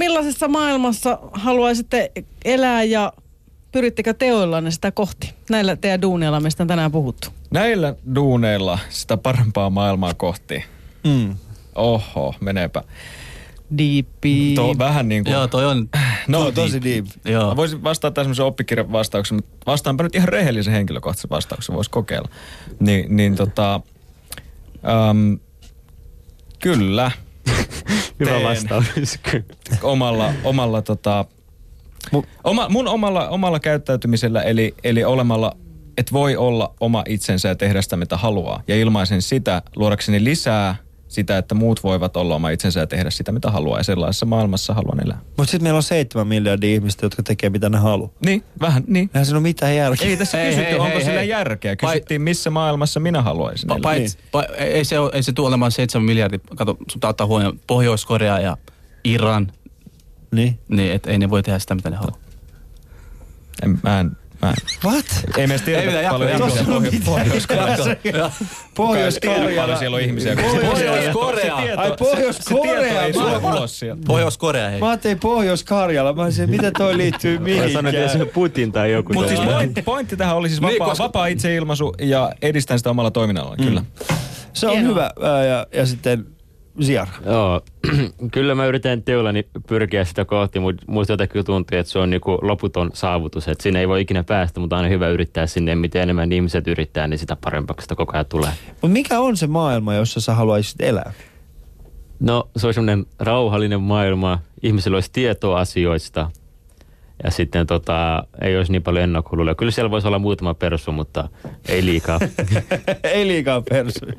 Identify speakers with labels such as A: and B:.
A: Millaisessa maailmassa haluaisitte elää ja pyrittekö teoillanne sitä kohti? Näillä teidän duuneilla, mistä on tänään puhuttu.
B: Näillä duuneilla sitä parempaa maailmaa kohti.
C: Mm.
B: Oho, menepä.
A: Diippi.
B: Tuo vähän niin kuin...
C: Joo, toi on...
B: No,
C: toi on
B: tosi
C: deep.
B: Joo.
C: Joo.
B: Mä voisin vastata tämmöisen oppikirjan vastauksen, mutta vastaanpa nyt ihan rehellisen henkilökohtaisen vastauksen, voisi kokeilla. Ni, niin tota, äm, kyllä,
D: Hyvä
B: Teen.
D: vastaus.
B: omalla, omalla tota,
D: Mu-
B: oma, mun omalla, omalla käyttäytymisellä, eli, eli olemalla, että voi olla oma itsensä ja tehdä sitä, mitä haluaa. Ja ilmaisen sitä luodakseni lisää sitä, että muut voivat olla oma itsensä ja tehdä sitä, mitä haluaa. Ja sellaisessa maailmassa haluan elää.
C: Mut sit meillä on seitsemän miljardia ihmistä, jotka tekee mitä ne haluaa.
B: Niin, vähän, niin.
C: Eihän siinä ole mitään järkeä.
B: Ei tässä
E: Hei,
B: kysytty,
E: hei,
B: onko
E: hei,
B: sillä
E: hei.
B: järkeä. Kysyttiin, missä maailmassa minä haluaisin
E: Pa-
B: elää.
E: pait, pa- ei, se, ole- ei se tule olemaan 7 miljardia. Kato, sun pitää ottaa huomioon Pohjois-Korea ja Iran.
C: Niin.
E: Niin, et ei ne voi tehdä sitä, mitä ne haluaa.
B: Niin. En, mä en, mä en.
C: What?
B: Ei me edes
E: Ei
B: tiedetä
E: mitään,
B: paljon
E: jatko,
B: ihmisiä Pohjo-
E: jatko.
B: Pohjois-Koreassa. Pohjois-Korea.
C: Pohjois-Korea.
B: paljon siellä on ihmisiä. kun se-
E: Pohjois-Korea.
B: se tieto-
C: Ai,
B: se-
C: Pohjois-Korea.
B: Se tieto ei
C: Mä-
B: sule ulos sieltä.
E: Pohjois-Korea, hei.
C: Mä ajattelin Pohjois-Karjala. Mä olisin, mitä toi liittyy
D: Mä sanoin, että
C: mihinkään.
D: se on Putin tai joku.
B: Mutta siis
D: tällainen.
B: pointti, pointti tähän oli siis vapaa,
E: Niin, koska-
B: vapaa itseilmaisu ja edistän sitä omalla toiminnalla, mm. kyllä.
C: Se on
A: Hienoa.
C: hyvä. Ää, Ja, ja sitten Ziar.
D: Joo, kyllä mä yritän teollani pyrkiä sitä kohti, mutta musta jotenkin tuntuu, että se on niinku loputon saavutus. Että sinne ei voi ikinä päästä, mutta aina hyvä yrittää sinne. Mitä enemmän ihmiset yrittää, niin sitä paremmaksi sitä koko ajan tulee.
C: Mutta mikä on se maailma, jossa sä haluaisit elää?
D: No, se on semmoinen rauhallinen maailma. Ihmisillä olisi tietoa asioista. Ja sitten tota, ei olisi niin paljon ennakkoluuloja. Kyllä siellä voisi olla muutama persu, mutta ei liikaa.
C: Ei liikaa persuja.